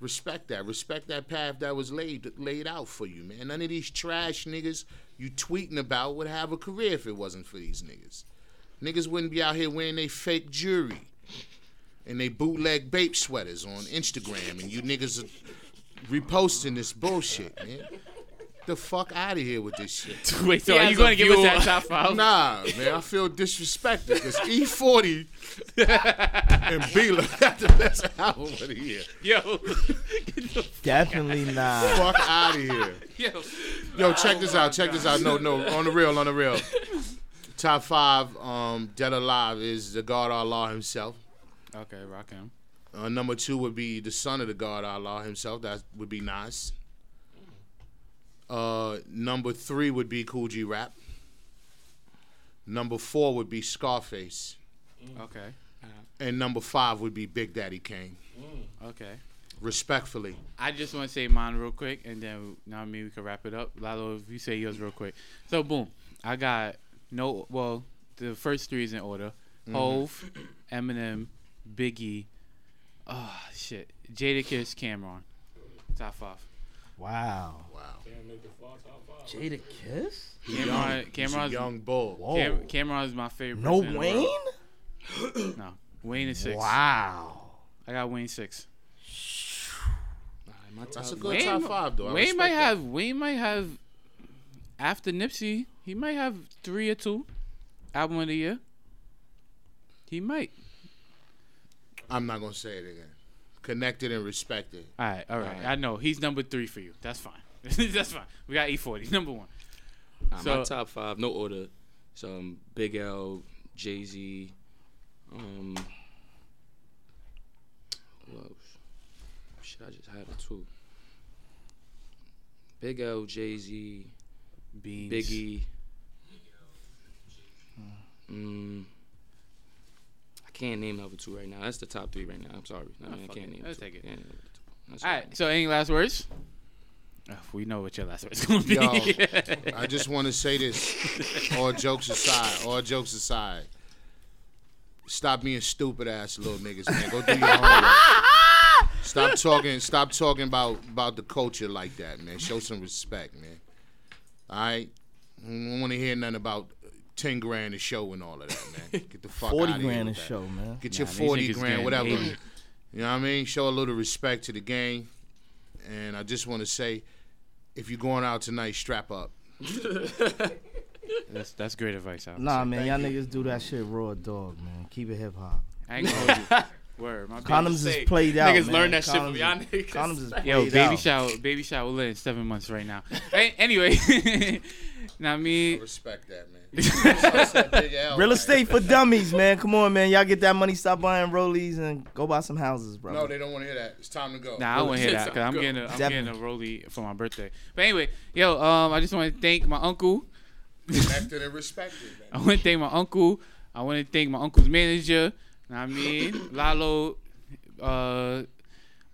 Speaker 3: Respect that. Respect that path that was laid laid out for you, man. None of these trash niggas you tweeting about would have a career if it wasn't for these niggas. Niggas wouldn't be out here wearing they fake jewelry and they bootleg babe sweaters on Instagram, and you niggas are reposting this bullshit, man. The fuck out of here with this shit.
Speaker 2: wait, so
Speaker 4: He
Speaker 2: are
Speaker 4: has
Speaker 2: you going
Speaker 4: a
Speaker 2: to give us
Speaker 4: few-
Speaker 2: that top five?
Speaker 3: Nah, man, I feel disrespected because E40 and Bela got the best album of the year.
Speaker 2: Yo,
Speaker 1: Definitely not.
Speaker 3: Fuck out of here.
Speaker 2: yo,
Speaker 3: Yo, check this out. Check this out. No, no, on the real, on the real. Top five, um, Dead Alive is the God Allah himself.
Speaker 2: Okay, rock him.
Speaker 3: Uh, number two would be the son of the God Allah himself. That would be nice. Uh, number three would be Cool G Rap. Number four would be Scarface.
Speaker 2: Okay,
Speaker 3: And number five would be Big Daddy Kane.
Speaker 2: okay.
Speaker 3: Respectfully.
Speaker 2: I just want to say mine real quick, and then now me we can wrap it up. Lalo, if you say yours real quick. So boom, I got no. Well, the first three is in order:
Speaker 3: Mm-hmm.
Speaker 2: Hove, Eminem, Biggie. Oh shit, Jadakiss, Cameron. Top five.
Speaker 1: Wow.
Speaker 3: Wow.
Speaker 5: Can't make the fly top five.
Speaker 1: Jada Kiss?
Speaker 2: Cameron,
Speaker 3: He's a
Speaker 2: Cameron's,
Speaker 3: young bull.
Speaker 1: Whoa.
Speaker 2: Cam, Cameron's my favorite.
Speaker 1: Oh, no
Speaker 2: person in the world.
Speaker 1: Wayne?
Speaker 2: No, Wayne is six.
Speaker 1: Wow.
Speaker 2: I got Wayne six.
Speaker 3: That's a good top five, though. I
Speaker 2: Wayne
Speaker 3: respect
Speaker 2: might
Speaker 3: that.
Speaker 2: have. Wayne might have. After Nipsey, he might have three or two album of the year. He might.
Speaker 3: I'm not gonna say it again. Connected and respected.
Speaker 2: All right, all right. I know he's number three for you. That's fine. That's fine. We got E forty number one.
Speaker 4: Nah,
Speaker 2: So-
Speaker 4: my top five, no order. Some Big L, Jay Z, um, who else? Shit, I just had it too. Big L, Jay Z,
Speaker 2: Beans.
Speaker 4: Biggie. Mm, I can't name the other two right now. That's the top three right now. I'm sorry. I, mean, I
Speaker 2: fuck
Speaker 4: can't
Speaker 2: it.
Speaker 4: name.
Speaker 2: Let's
Speaker 4: the two.
Speaker 2: take it.
Speaker 4: Can't name the other two. That's
Speaker 2: All right. So any last words? Ugh, Uh, we know what your last words gonna be.
Speaker 3: Yo. I just want to say this. all jokes aside. All jokes aside. Stop being stupid ass little niggas, man. Go do your homework. Stop talking. Stop talking about about the culture like that, man. Show some respect, man. All right. I don't want to hear nothing about ten grand a show and all of that, man. Get the fuck out of here.
Speaker 1: 40 grand a
Speaker 3: with that.
Speaker 1: show, man.
Speaker 3: Get
Speaker 2: Nah,
Speaker 3: your
Speaker 2: these
Speaker 3: 40
Speaker 2: niggas
Speaker 3: grand,
Speaker 2: getting
Speaker 3: whatever.
Speaker 2: paid.
Speaker 3: You know what I mean? Show a little respect to the game. And I just want to say if you're going out tonight, strap up.
Speaker 2: that's that's great advice. Al.
Speaker 1: Nah, man, y'all niggas do that shit raw dog, man. Keep it hip hop.
Speaker 2: I ain't gonna hold you. Word. My baby-
Speaker 1: Condoms is played out.
Speaker 4: Niggas
Speaker 1: man.
Speaker 4: learn that shit
Speaker 1: Condoms
Speaker 4: from
Speaker 1: is-
Speaker 4: y'all niggas.
Speaker 1: Condoms is played
Speaker 2: Yo, baby
Speaker 1: out.
Speaker 2: shower, baby shower will in seven months right now. A- anyway, now me.
Speaker 3: Respect that, man.
Speaker 1: Real estate for dummies, man. Come on, man. Y'all get that money. Stop buying rollies and go buy some houses, bro.
Speaker 3: No, they don't want to hear that. It's time to go.
Speaker 2: Nah, I won't hear that
Speaker 4: Shit's
Speaker 2: because I'm
Speaker 4: good.
Speaker 2: getting a, I'm
Speaker 1: Definitely.
Speaker 2: getting a rollie for my birthday. But anyway, yo, um, I just want to thank my uncle.
Speaker 3: Connected and respected,
Speaker 2: I
Speaker 3: man.
Speaker 2: want to thank my uncle. I want to thank my uncle's manager. Know what I mean, Lalo. Uh,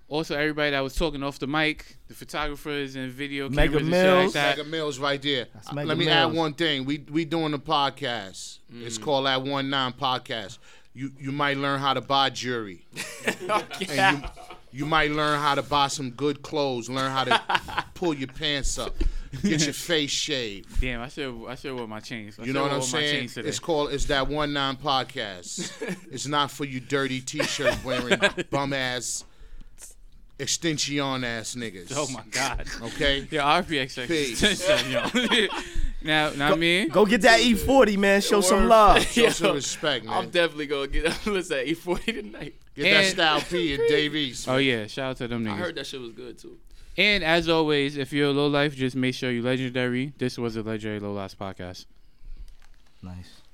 Speaker 2: also everybody that was talking off the mic, the photographers and video
Speaker 1: Mega
Speaker 2: cameras and shit like
Speaker 1: Mills.
Speaker 2: that.
Speaker 3: Mega Mills right there.
Speaker 1: That's
Speaker 3: Uh,
Speaker 1: Mega
Speaker 3: Let me
Speaker 1: Mills.
Speaker 3: add one thing. We we doing a podcast.
Speaker 2: Mm.
Speaker 3: It's called At One Nine Podcast. You you might learn how to buy jewelry. and you, you might learn how to buy some good clothes. Learn how to pull your pants up. Get your face shaved.
Speaker 2: Damn, I should I should wear my chains. I
Speaker 3: You know
Speaker 2: shoulda
Speaker 3: what I'm
Speaker 2: wore my
Speaker 3: saying?
Speaker 2: chains today.
Speaker 3: It's called it's that one nine podcast. it's not for you dirty t-shirt wearing bum ass extension ass niggas.
Speaker 2: Oh my god.
Speaker 3: Okay.
Speaker 2: Yo, RPX
Speaker 3: Peace.
Speaker 2: yo. Now, now me.
Speaker 1: Go get that E40, man. Show some love.
Speaker 3: Show some respect, man.
Speaker 4: I'm definitely gonna get listen at E40 tonight.
Speaker 3: Get
Speaker 2: And-
Speaker 3: that style P and Davies.
Speaker 2: Oh yeah, shout out to them niggas.
Speaker 4: I heard that shit was good too.
Speaker 2: And as always, if you're a low life, just make sure you legendary. This was a legendary low life podcast.
Speaker 1: Nice.